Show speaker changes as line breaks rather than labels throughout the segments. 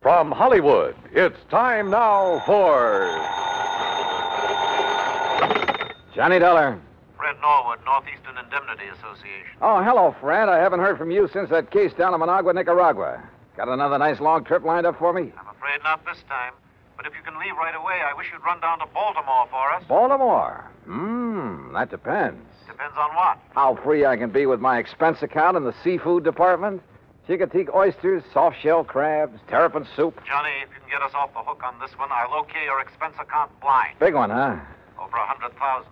From Hollywood, it's time now for
Johnny Dollar.
Fred Norwood, Northeastern Indemnity Association.
Oh, hello, Fred. I haven't heard from you since that case down in Managua, Nicaragua. Got another nice long trip lined up for me?
I'm afraid not this time. But if you can leave right away, I wish you'd run down to Baltimore for us.
Baltimore. Hmm, that depends.
Depends on what.
How free I can be with my expense account in the seafood department. Chicoteague oysters, soft shell crabs, terrapin soup.
Johnny, if you can get us off the hook on this one, I'll okay your expense account blind.
Big one, huh?
Over a hundred thousand.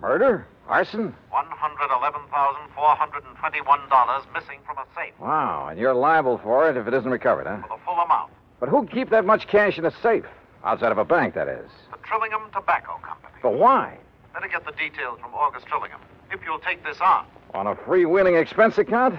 Murder? Arson?
One hundred eleven thousand four hundred and twenty-one dollars missing from a safe.
Wow, and you're liable for it if it isn't recovered, huh?
For the full amount.
But who'd keep that much cash in a safe? Outside of a bank, that is.
The Trillingham Tobacco Company.
But why?
Better get the details from August Trillingham. If you'll take this on.
On a freewheeling expense account?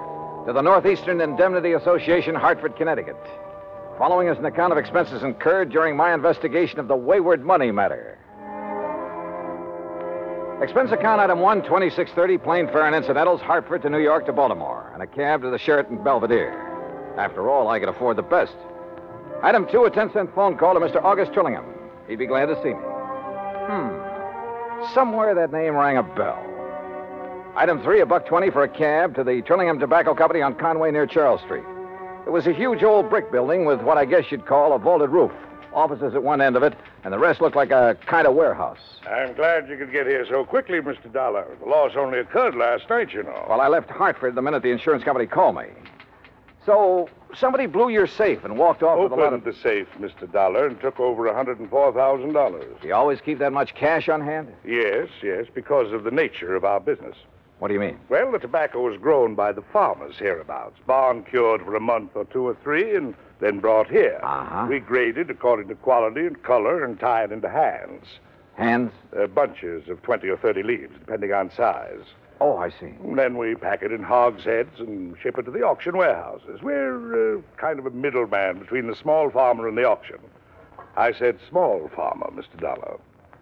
to the Northeastern Indemnity Association, Hartford, Connecticut. Following is an account of expenses incurred during my investigation of the wayward money matter. Expense account item 1, 2630, plane fare and incidentals, Hartford to New York to Baltimore, and a cab to the Sheraton Belvedere. After all, I can afford the best. Item 2, a 10 cent phone call to Mr. August Trillingham. He'd be glad to see me. Hmm. Somewhere that name rang a bell. Item 3, a buck 20 for a cab to the Trillingham Tobacco Company on Conway near Charles Street. It was a huge old brick building with what I guess you'd call a vaulted roof. Offices at one end of it, and the rest looked like a kind of warehouse.
I'm glad you could get here so quickly, Mr. Dollar. The loss only occurred last night, you know.
Well, I left Hartford the minute the insurance company called me. So somebody blew your safe and walked off with a lot
Opened
of.
the safe, Mr. Dollar, and took over a $104,000.
Do you always keep that much cash on hand?
Yes, yes, because of the nature of our business.
What do you mean?
Well, the tobacco was grown by the farmers hereabouts, barn cured for a month or two or three, and then brought here.
Uh-huh.
We graded according to quality and color and tied into hands.
Hands?
Uh, bunches of 20 or 30 leaves, depending on size.
Oh, I see.
And then we pack it in hogsheads and ship it to the auction warehouses. We're uh, kind of a middleman between the small farmer and the auction. I said small farmer, Mr. Dollar.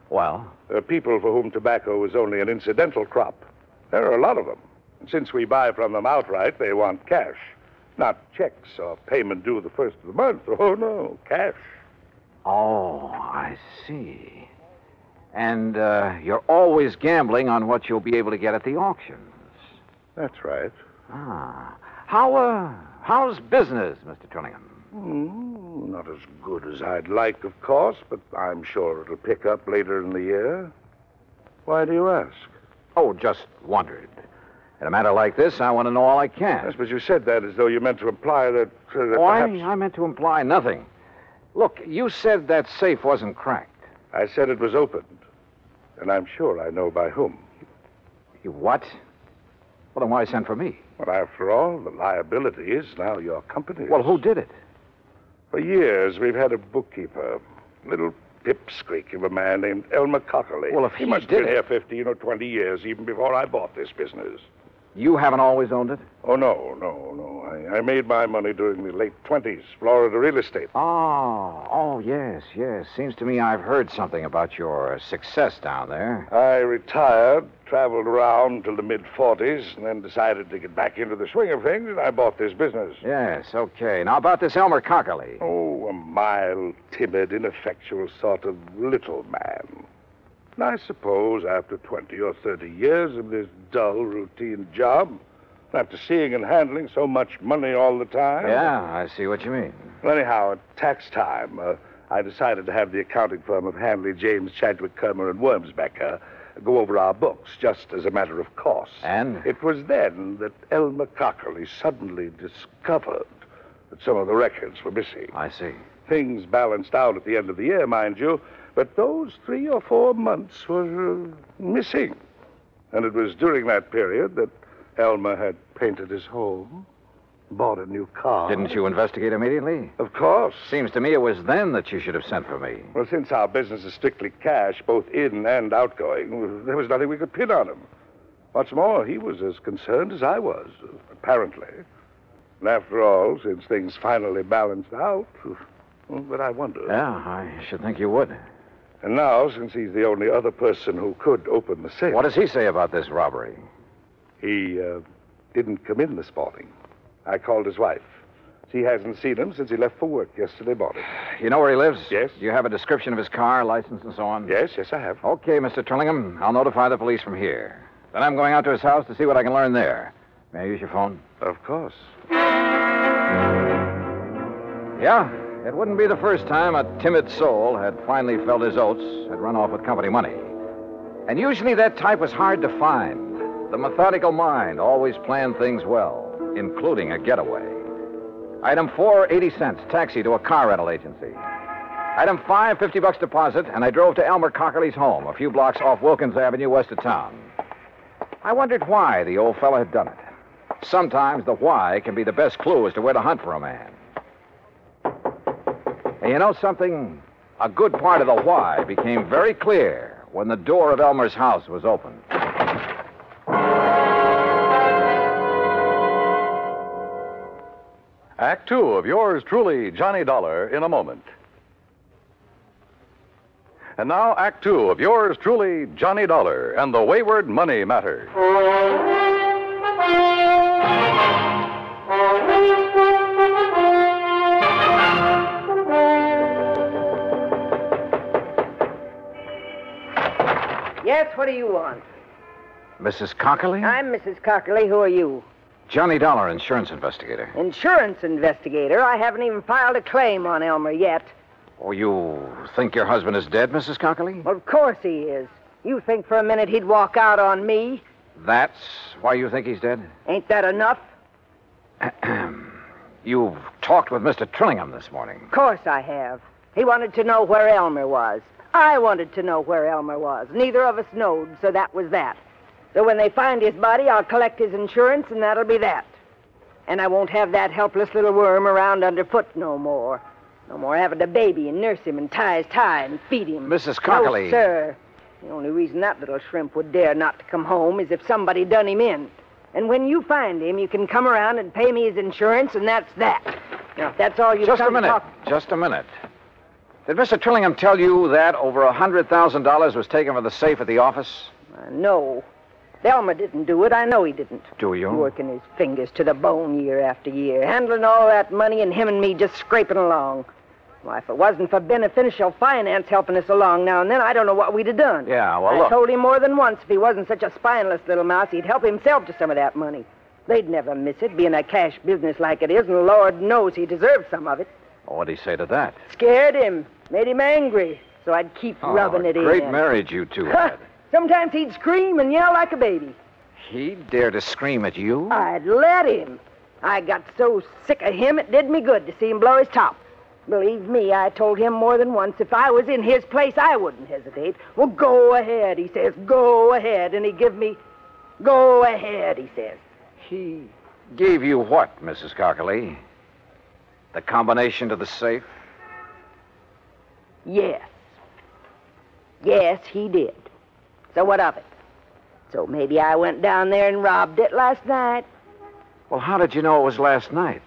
Well,
Uh, people for whom tobacco is only an incidental crop. There are a lot of them. And since we buy from them outright, they want cash, not checks or payment due the first of the month. Oh, no, cash.
oh, I see. And uh, you're always gambling on what you'll be able to get at the auctions.
That's right.
Ah, how uh, how's business, Mister Trillingham?
Mm, not as good as I'd like, of course, but I'm sure it'll pick up later in the year. Why do you ask?
Oh, just wondered. In a matter like this, I want to know all I can.
Yes, but you said that as though you meant to imply that. Uh, that
Oh, I,
perhaps-
I meant to imply nothing. Look, you said that safe wasn't cracked.
I said it was opened, and I'm sure I know by whom.
You what? Well, then why send for me?
But after all, the liability is now your company.
Well, who did it?
For years we've had a bookkeeper, little pipsqueak of a man named Elmer Cockerley.
Well, if
he
he
must
did
have been
it-
here fifteen or twenty years, even before I bought this business.
You haven't always owned it?
Oh no, no, no! I, I made my money during the late twenties, Florida real estate.
Oh, oh, yes, yes. Seems to me I've heard something about your success down there.
I retired, traveled around till the mid 40s, and then decided to get back into the swing of things, and I bought this business.
Yes, okay. Now, about this Elmer Cockerley.
Oh, a mild, timid, ineffectual sort of little man. And I suppose after 20 or 30 years of this dull, routine job, after seeing and handling so much money all the time.
Yeah, I see what you mean.
Well, anyhow, at tax time, uh, I decided to have the accounting firm of Hanley, James, Chadwick, Kermer, and Wormsbecker go over our books just as a matter of course.
And?
It was then that Elmer Cockerley suddenly discovered that some of the records were missing.
I see.
Things balanced out at the end of the year, mind you, but those three or four months were uh, missing. And it was during that period that Elmer had painted his home, Bought a new car.
Didn't you investigate immediately?
Of course.
Seems to me it was then that you should have sent for me.
Well, since our business is strictly cash, both in and outgoing, there was nothing we could pin on him. What's more, he was as concerned as I was, apparently. And after all, since things finally balanced out, well, but I wonder.
Yeah, I should think you would.
And now, since he's the only other person who could open the safe,
What does he say about this robbery?
he uh, didn't come in this morning. I called his wife. She hasn't seen him since he left for work yesterday morning.
You know where he lives?
Yes.
Do you have a description of his car, license, and so on?
Yes, yes, I have.
Okay, Mr. Trillingham. I'll notify the police from here. Then I'm going out to his house to see what I can learn there. May I use your phone?
Of course.
Yeah. It wouldn't be the first time a timid soul had finally felt his oats, had run off with company money. And usually that type was hard to find. The methodical mind always planned things well, including a getaway. Item four, 80 cents, taxi to a car rental agency. Item five, 50 bucks deposit, and I drove to Elmer Cockerly's home, a few blocks off Wilkins Avenue, west of town. I wondered why the old fellow had done it. Sometimes the why can be the best clue as to where to hunt for a man. And you know something? A good part of the why became very clear when the door of Elmer's house was opened.
Act two of yours truly, Johnny Dollar, in a moment. And now, Act two of yours truly, Johnny Dollar and the Wayward Money Matter.
Yes, what do you want?
Mrs. Cockerly?
I'm Mrs. Cockerly. Who are you?
Johnny Dollar, insurance investigator.
Insurance investigator. I haven't even filed a claim on Elmer yet.
Oh, you think your husband is dead, Mrs. Cockerly?
Of course he is. You think for a minute he'd walk out on me?
That's why you think he's dead?
Ain't that enough?
You've talked with Mr. Trillingham this morning.
Of course I have. He wanted to know where Elmer was. I wanted to know where Elmer was. Neither of us knowed, so that was that. So when they find his body, I'll collect his insurance, and that'll be that. And I won't have that helpless little worm around underfoot no more. No more having a baby and nurse him and tie his tie and feed him.
Mrs. Cockerly.
No, sir. The only reason that little shrimp would dare not to come home is if somebody done him in. And when you find him, you can come around and pay me his insurance, and that's that. Now, if that's all you've
Just
come
a minute.
to talk-
Just a minute. Did Mr. Trillingham tell you that over a $100,000 was taken from the safe at the office?
Uh, no. Delmer didn't do it. I know he didn't.
Do you?
Working his fingers to the bone year after year, handling all that money, and him and me just scraping along. Why, if it wasn't for beneficial finance helping us along now and then, I don't know what we'd have done.
Yeah, well,
I
look.
told him more than once if he wasn't such a spineless little mouse, he'd help himself to some of that money. They'd never miss it, being a cash business like it is, and Lord knows he deserves some of it.
What did Oh, he say to that?
Scared him, made him angry, so I'd keep rubbing
Oh,
it
Great
in.
marriage you two
Huh.
had.
Sometimes he'd scream and yell like a baby.
He dared to scream at you?
I'd let him. I got so sick of him, it did me good to see him blow his top. Believe me, I told him more than once if I was in his place, I wouldn't hesitate. Well, go ahead, he says. Go ahead. And he give me, go ahead, he says.
He gave you what, Mrs. Cockerly? The combination to the safe?
Yes. Yes, he did. So what of it? So maybe I went down there and robbed it last night.
Well, how did you know it was last night?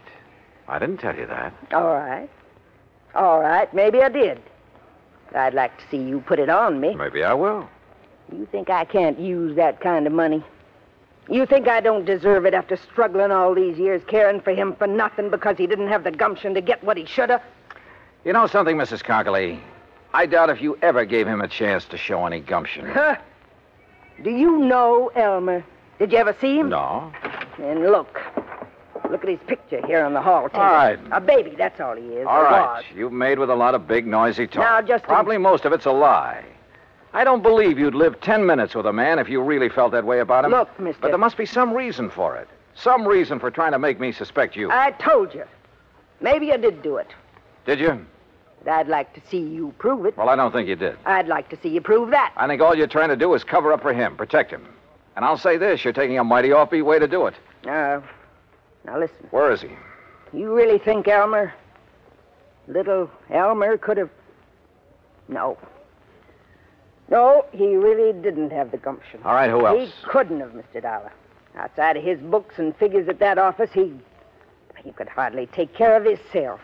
I didn't tell you that.
All right. All right, maybe I did. I'd like to see you put it on me.
Maybe I will.
You think I can't use that kind of money? You think I don't deserve it after struggling all these years caring for him for nothing because he didn't have the gumption to get what he should have?
You know something, Mrs. Cockerly? I doubt if you ever gave him a chance to show any gumption.
Huh? Do you know Elmer? Did you ever see him?
no.
Then look. Look at his picture here on the hall table.
All right.
A baby, that's all he is.
All
or
right.
was.
You've made with a lot of big, noisy talk.
Now, just a-
Probably most of it's a lie. I don't believe you'd live ten minutes with a man if you really felt that way about him.
Look, mister.
But there must be some reason for it. Some reason for trying to make me suspect you.
I told you. Maybe you did do it.
Did you?
But I'd like to see you prove it.
Well, I don't think you did.
I'd like to see you prove that.
I think all you're trying to do is cover up for him, protect him. And I'll say this you're taking a mighty offbeat way to do it.
Uh, Now listen.
Where is he?
You really think Elmer. Little Elmer could have. No. No, he really didn't have the gumption.
All right, who else?
He couldn't have, Mr. Dollar. Outside of his books and figures at that office, he. he could hardly take care of himself.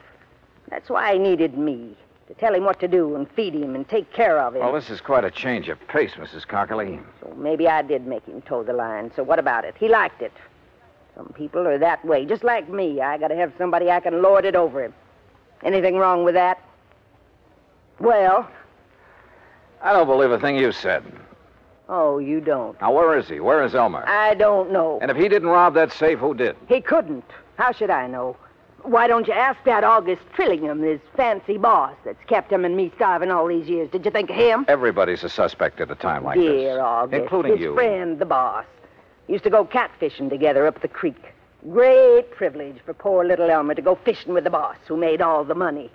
That's why he needed me to tell him what to do and feed him and take care of him.
Well, this is quite a change of pace, Mrs. Cockley.
So maybe I did make him toe the line. So what about it? He liked it. Some people are that way, just like me. I gotta have somebody I can lord it over him. Anything wrong with that? Well,
I don't believe a thing you said.
oh, you don't.
Now, where is he? Where is Elmer?
I don't know.
And if he didn't rob that safe, who did?
He couldn't. How should I know? Why don't you ask that August Trillingham, his fancy boss that's kept him and me starving all these years? Did you think of him?
Everybody's a suspect at a time like
Dear
this.
August.
Including
his
you.
friend, the boss. Used to go catfishing together up at the creek. Great privilege for poor little Elmer to go fishing with the boss who made all the money.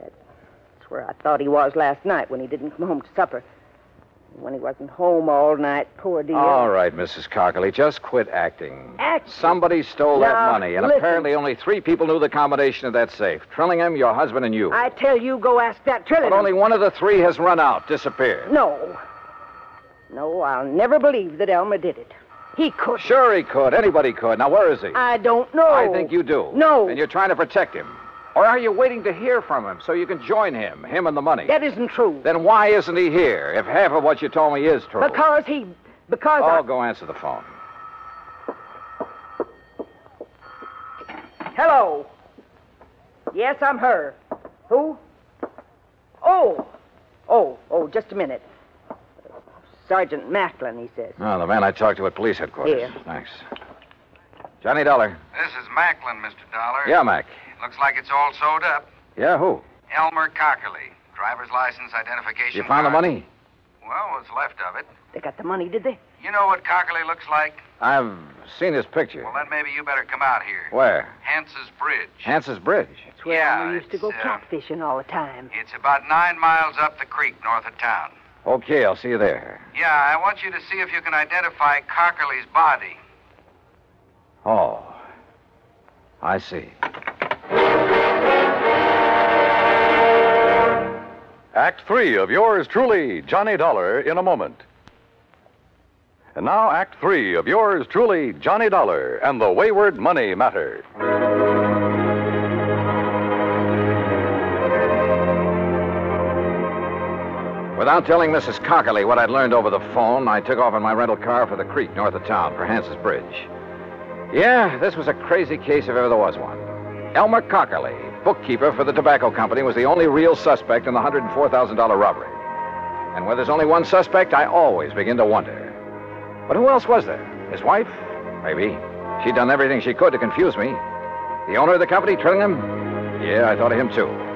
That's where I thought he was last night when he didn't come home to supper. When he wasn't home all night, poor dear.
All right, Mrs. Cockley, just quit acting.
Act-
Somebody stole that
Now,
money, and
listen.
apparently only three people knew the combination of that safe Trillingham, your husband, and you.
I tell you, go ask that Trillingham.
But only one of the three has run out, disappeared.
No. No, I'll never believe that Elmer did it. He could.
Sure, he could. Anybody could. Now, where is he?
I don't know.
I think you do.
No.
And you're trying to protect him. Or are you waiting to hear from him so you can join him, him and the money?
That isn't true.
Then why isn't he here if half of what you told me is true?
Because he. Because I.
Oh, go answer the phone.
Hello. Yes, I'm her. Who? Oh. Oh, oh, just a minute. Sergeant Macklin, he says.
Oh, the man I talked to at police headquarters.
Here.
Thanks. Johnny Dollar.
This is Macklin, Mr. Dollar.
Yeah, Mac.
Looks like it's all sewed up.
Yeah, who?
Elmer Cockerly. Driver's license, identification.
You found the
card.
money?
Well, what's left of it.
They got the money, did they?
You know what Cockerly looks like?
I've seen his picture.
Well, then maybe you better come out here.
Where?
Hance's Bridge.
Hans's Bridge.
That's where
Yeah,
Elmer used to
it's,
go
uh,
catfishing all the time.
It's about nine miles up the creek north of town.
Okay, I'll see you there.
Yeah, I want you to see if you can identify Cockerly's body.
Oh. I see.
Act three of yours truly, Johnny Dollar, in a moment. And now, Act three of yours truly, Johnny Dollar, and the Wayward Money Matter.
Without telling Mrs. Cockerly what I'd learned over the phone, I took off in my rental car for the creek north of town for Hans's Bridge. Yeah, this was a crazy case if ever there was one. Elmer Cockerly, bookkeeper for the tobacco company, was the only real suspect in the $104,000 robbery. And where there's only one suspect, I always begin to wonder. But who else was there? His wife? Maybe. She'd done everything she could to confuse me. The owner of the company, Trillingham? Yeah, I thought of him too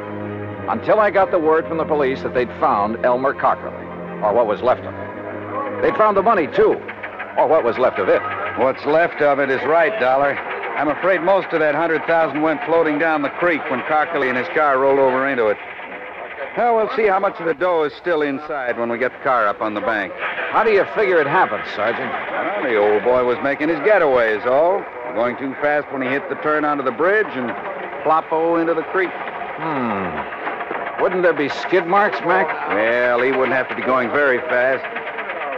until I got the word from the police that they'd found Elmer Cockerly, or what was left of him. They'd found the money, too, or what was left of it.
What's left of it is right, Dollar. I'm afraid most of that hundred thousand went floating down the creek when Cockley and his car rolled over into it. Well, we'll see how much of the dough is still inside when we get the car up on the bank.
How do you figure it happened, Sergeant?
Well, the old boy was making his getaways, all. Going too fast when he hit the turn onto the bridge and plop-o into the creek.
Hmm. Wouldn't there be skid marks, Mac?
Well, he wouldn't have to be going very fast.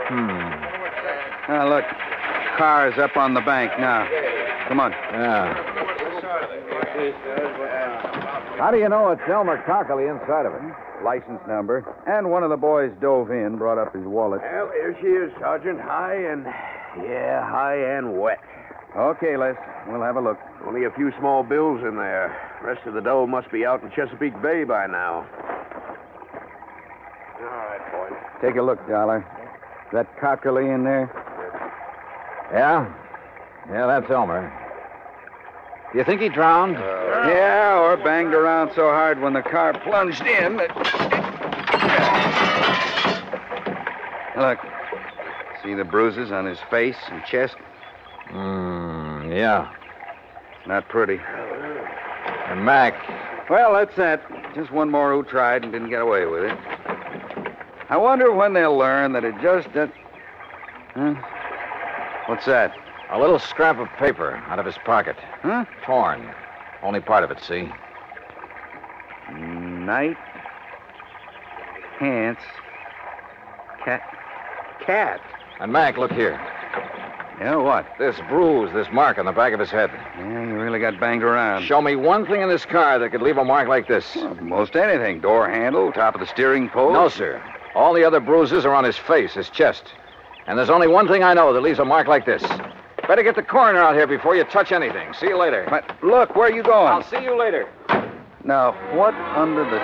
Hmm.
Now, look, car's up on the bank now. Come on.
Yeah. How do you know it's Elmer Cockerly inside of it?
License number. And one of the boys dove in, brought up his wallet.
Well, here she is, Sergeant. High and. Yeah, high and wet.
Okay, Les, we'll have a look.
Only a few small bills in there. Rest of the dough must be out in Chesapeake Bay by now. All right, boys.
Take a look, Dollar. That Cockerly in there?
Yeah? Yeah, that's Elmer. Do you think he drowned?
Yeah, or banged around so hard when the car plunged in that. Look, see the bruises on his face and chest?
Hmm. Yeah.
Not pretty.
And Mac,
Well, that's that. Just one more who tried and didn't get away with it. I wonder when they'll learn that it just. Uh, huh? What's that?
A little scrap of paper out of his pocket.
Huh?
Torn. Only part of it, see?
Night. Pants. Cat. Cat.
And Mac, look here.
Yeah, what?
This bruise, this mark on the back of his head.
Yeah, you really got banged around.
Show me one thing in this car that could leave a mark like this.
Most anything. Door handle, top of the steering pole.
No, sir. All the other bruises are on his face, his chest. And there's only one thing I know that leaves a mark like this. Better get the coroner out here before you touch anything. See you later.
But look, where are you going?
I'll see you later.
Now, what under the.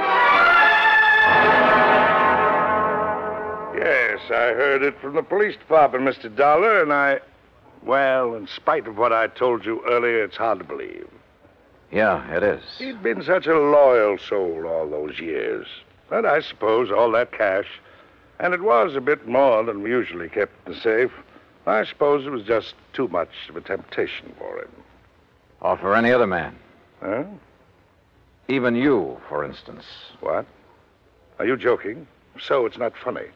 Yes, I heard it from the police department, Mr. Dollar, and I. Well, in spite of what I told you earlier, it's hard to believe.
Yeah, it is.
He'd been such a loyal soul all those years. And I suppose all that cash, and it was a bit more than we usually kept in the safe. I suppose it was just too much of a temptation for him.
Or for any other man.
Huh?
Even you, for instance.
What? Are you joking? So it's not funny.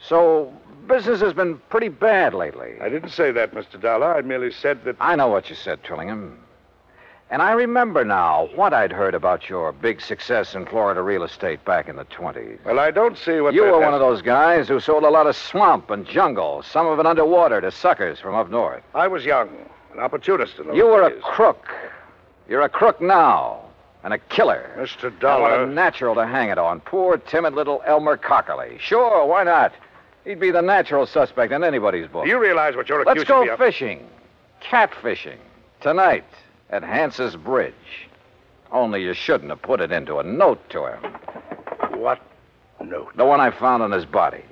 So, business has been pretty bad lately.
I didn't say that, Mr. Dollar. I merely said that.
I know what you said, Trillingham. And I remember now what I'd heard about your big success in Florida real estate back in the 20s.
Well, I don't see what
you
that
were one
has-
of those guys who sold a lot of swamp and jungle, some of it underwater, to suckers from up north.
I was young, an opportunist in those
You were a
days.
crook. You're a crook now, and a killer.
Mr.
And what
Dollar.
a natural to hang it on. Poor, timid little Elmer Cockerly. Sure, why not? He'd be the natural suspect in anybody's book.
Do you realize what you're
Let's
accusing
go
me of?
fishing. Catfishing. Tonight at Hans's Bridge. Only you shouldn't have put it into a note to him.
What? No.
The one I found on his body.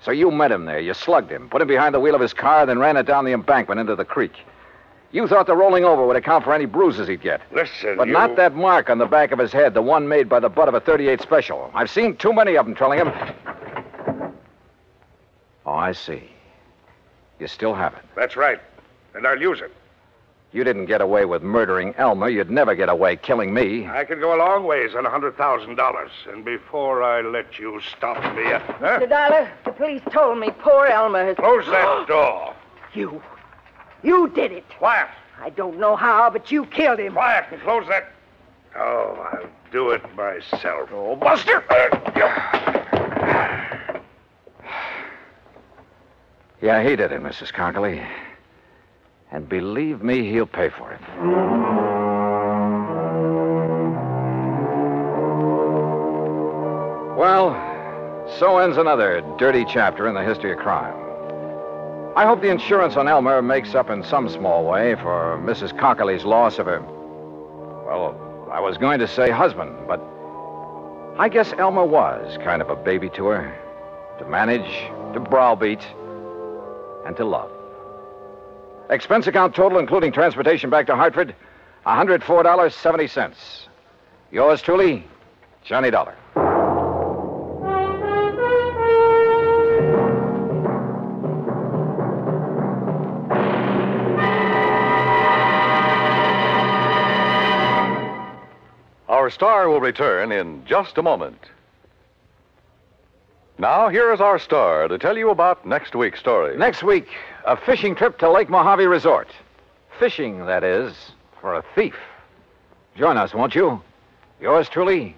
So you met him there. You slugged him, put him behind the wheel of his car, then ran it down the embankment into the creek. You thought the rolling over would account for any bruises he'd get.
Listen,
But
you...
not that mark on the back of his head, the one made by the butt of a 38 special. I've seen too many of them, Trillingham. Oh, I see. You still have it.
That's right. And I'll use it.
You didn't get away with murdering Elmer. You'd never get away killing me.
I can go a long ways on a $100,000. And before I let you stop me. Huh?
Mr. Dollar, the police told me poor Elmer has.
Close that door.
You. You did it.
Quiet.
I don't know how, but you killed him.
Quiet and close that. Oh, I'll do it myself. Oh,
Buster! Yeah, he did it, Mrs. Conkley. And believe me, he'll pay for it. Well, so ends another dirty chapter in the history of crime. I hope the insurance on Elmer makes up in some small way for Mrs. Cockley's loss of her. Well, I was going to say husband, but I guess Elmer was kind of a baby to her. To manage, to browbeat, and to love. Expense account total, including transportation back to Hartford, $104.70. Yours truly, Johnny Dollar.
Our star will return in just a moment. Now, here is our star to tell you about next week's story.
Next week, a fishing trip to Lake Mojave Resort. Fishing, that is, for a thief. Join us, won't you? Yours truly,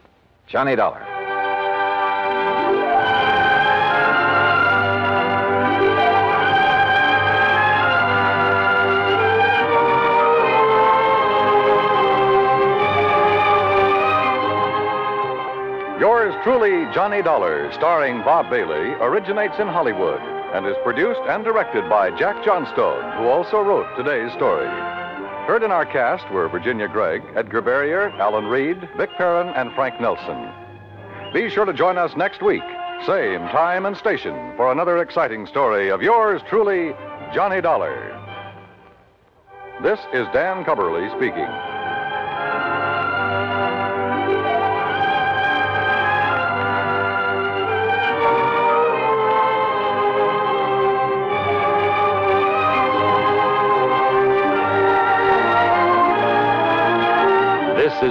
Johnny Dollar.
Yours truly, Johnny Dollar, starring Bob Bailey, originates in Hollywood and is produced and directed by Jack Johnstone, who also wrote today's story. Heard in our cast were Virginia Gregg, Edgar Barrier, Alan Reed, Vic Perrin, and Frank Nelson. Be sure to join us next week, same time and station, for another exciting story of yours truly, Johnny Dollar. This is Dan Cumberly speaking.
This